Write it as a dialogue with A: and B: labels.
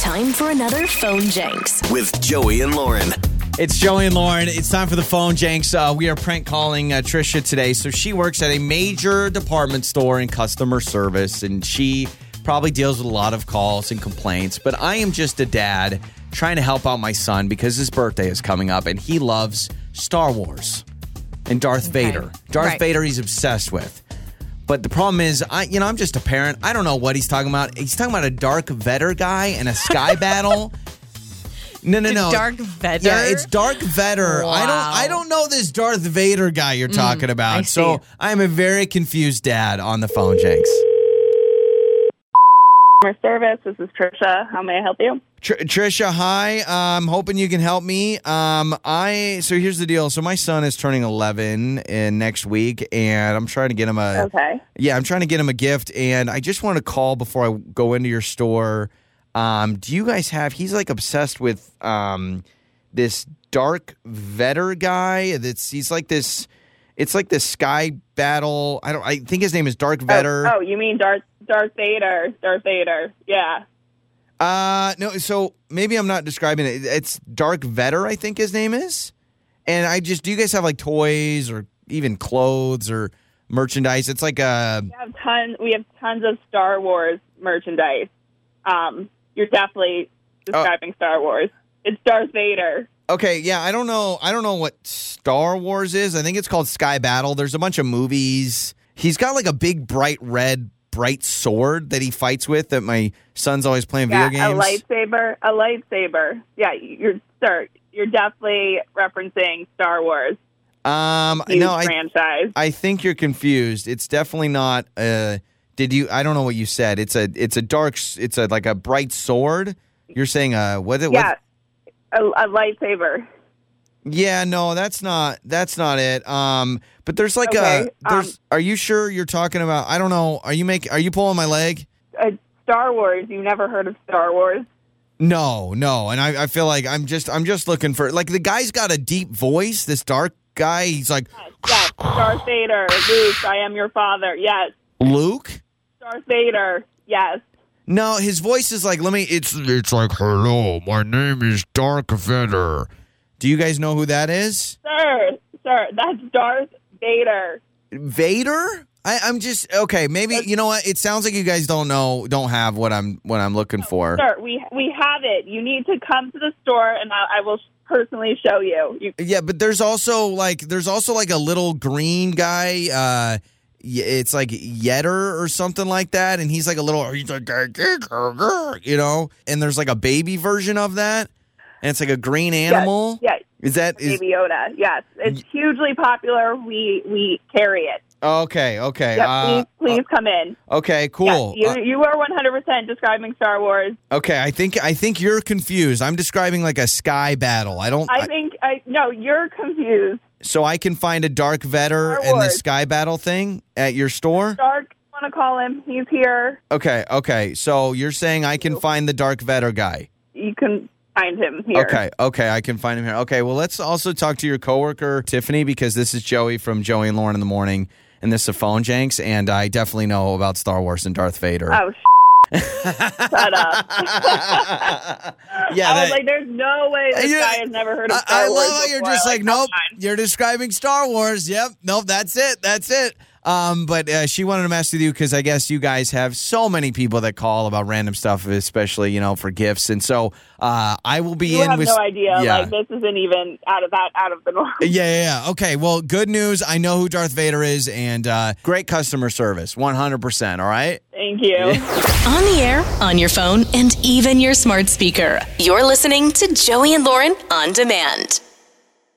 A: time for another phone janks.
B: with Joey and Lauren.
C: It's Joey and Lauren. It's time for the phone janks. Uh, we are prank calling uh, Trisha today. So she works at a major department store in customer service, and she probably deals with a lot of calls and complaints. But I am just a dad trying to help out my son because his birthday is coming up, and he loves Star Wars and Darth Vader. Darth
D: Right.
C: Vader, he's obsessed with. But the problem is, I you know I'm just a parent. I don't know what he's talking about. He's talking about a dark Vader guy and a sky battle. No, no, no.
D: Dark Vader?
C: Yeah, it's Dark Vader. I
D: Wow. Mm,
C: don't I don't know this Darth Vader guy you're talking about.
D: I
C: so
D: see.
C: I'm a very confused dad on the phone, Jenks.
E: customer service. This is Trisha. How may I help you?
C: Tr- Trisha, hi. I'm hoping you can help me. Um, I so here's the deal. So my son is turning 11 in next week, and I'm trying to get him a
E: Okay.
C: yeah, I'm trying to get him a gift, and I just want to call before I go into your store. Um, do you guys have? He's like obsessed with um, this dark Vetter guy. That's he's like this. It's like this sky battle. I don't. I think his name is Dark Vetter.
E: Oh, you mean Darth Darth Vader? Darth Vader. Yeah.
C: Uh, no. So maybe I'm not describing it. It's Dark Vetter. I think his name is. And I just. Do you guys have like toys or even clothes or merchandise? It's like uh, a.
E: We have tons. We have tons of Star Wars merchandise. Um, you're definitely
C: Oh.
E: describing Star Wars. It's Darth Vader.
C: Okay, yeah, I don't know. I don't know what Star Wars is. I think it's called Sky Battle. There's a bunch of movies. He's got like a big bright red bright sword that he fights with that my son's always playing
E: Yeah,
C: video
E: a
C: games.
E: lightsaber. A lightsaber. Yeah, you're sir. You're definitely referencing Star Wars.
C: um
E: Huge
C: no, I
E: franchise.
C: I think you're confused. It's definitely not uh did you I don't know what you said. It's a it's a dark s- it's a like a bright sword. You're saying uh what it
E: yeah, a, a lightsaber.
C: Yeah, no, that's not that's not it. Um but there's like
E: Okay,
C: a there's are you sure you're talking about I don't know, are you make are you pulling my leg?
E: Uh, Star Wars. You never heard of Star Wars?
C: No, no, and I, I feel like I'm just I'm just looking for like the guy's got a deep voice. This dark guy, he's like
E: Yes, Darth Vader, Luke, I am your father. Yes,
C: Luke.
E: Darth Vader. Yes,
C: No, his voice is like let me. It's it's like hello, my name is Dark Vader. Do you guys know who that is?
E: sir, sir, that's Darth Vader.
C: Vader. I, I'm just okay. Maybe you know what? It sounds like you guys don't know, don't have what I'm what I'm looking for.
E: Sir, we we have it. You need to come to the store, and I, I will personally show you. You
C: Yeah, but there's also like there's also like a little green guy. Uh, y- it's like Yetter or something like that, and he's like a little, he's like, you know. And there's like a baby version of that, and it's like a green animal.
E: yes,
C: Is that is
E: Baby Yoda. Yes, it's hugely popular. We we carry it.
C: okay? Okay,
E: Yep,
C: uh,
E: please please come in.
C: okay, cool.
E: Yes, you you are one hundred percent describing Star Wars.
C: Uh, okay, I think I think you're confused. I'm describing like a sky battle. I don't,
E: I,
C: I-
E: think I no, you're confused.
C: so I can find a dark vetter
E: Star
C: and the
E: Wars.
C: sky battle thing at your store.
E: Dark, want to call him? He's here.
C: Okay, okay. So you're saying I can find the dark vetter guy.
E: You can find him here.
C: Okay, okay, I can find him here. Okay, well, let's also talk to your coworker Tiffany because this is Joey from Joey and Lauren in the morning, and this is Phone Janks, and I definitely know about Star Wars and Darth Vader.
E: Oh, shut up.
C: yeah,
E: I was
C: that-
E: like, there's no way this
C: Yeah.
E: guy has never heard of
C: I,
E: Star
C: I
E: Wars
C: love how you're
E: before.
C: just like, nope,
E: come on.
C: you're describing Star Wars. Yep, nope, that's it, that's it. Um, but uh, she wanted to mess with you because I guess you guys have so many people that call about random stuff, especially you know for gifts, and so uh, I will be
E: You
C: in
E: have
C: with
E: no idea.
C: Yeah.
E: Like, this isn't even out of that, out of the norm.
C: Yeah, yeah, yeah. Okay. Well, good news. I know who Darth Vader is, and uh, great customer service. One hundred percent. All right.
E: Thank you.
A: On the air, on your phone, and even your smart speaker. You're listening to Joey and Lauren on demand.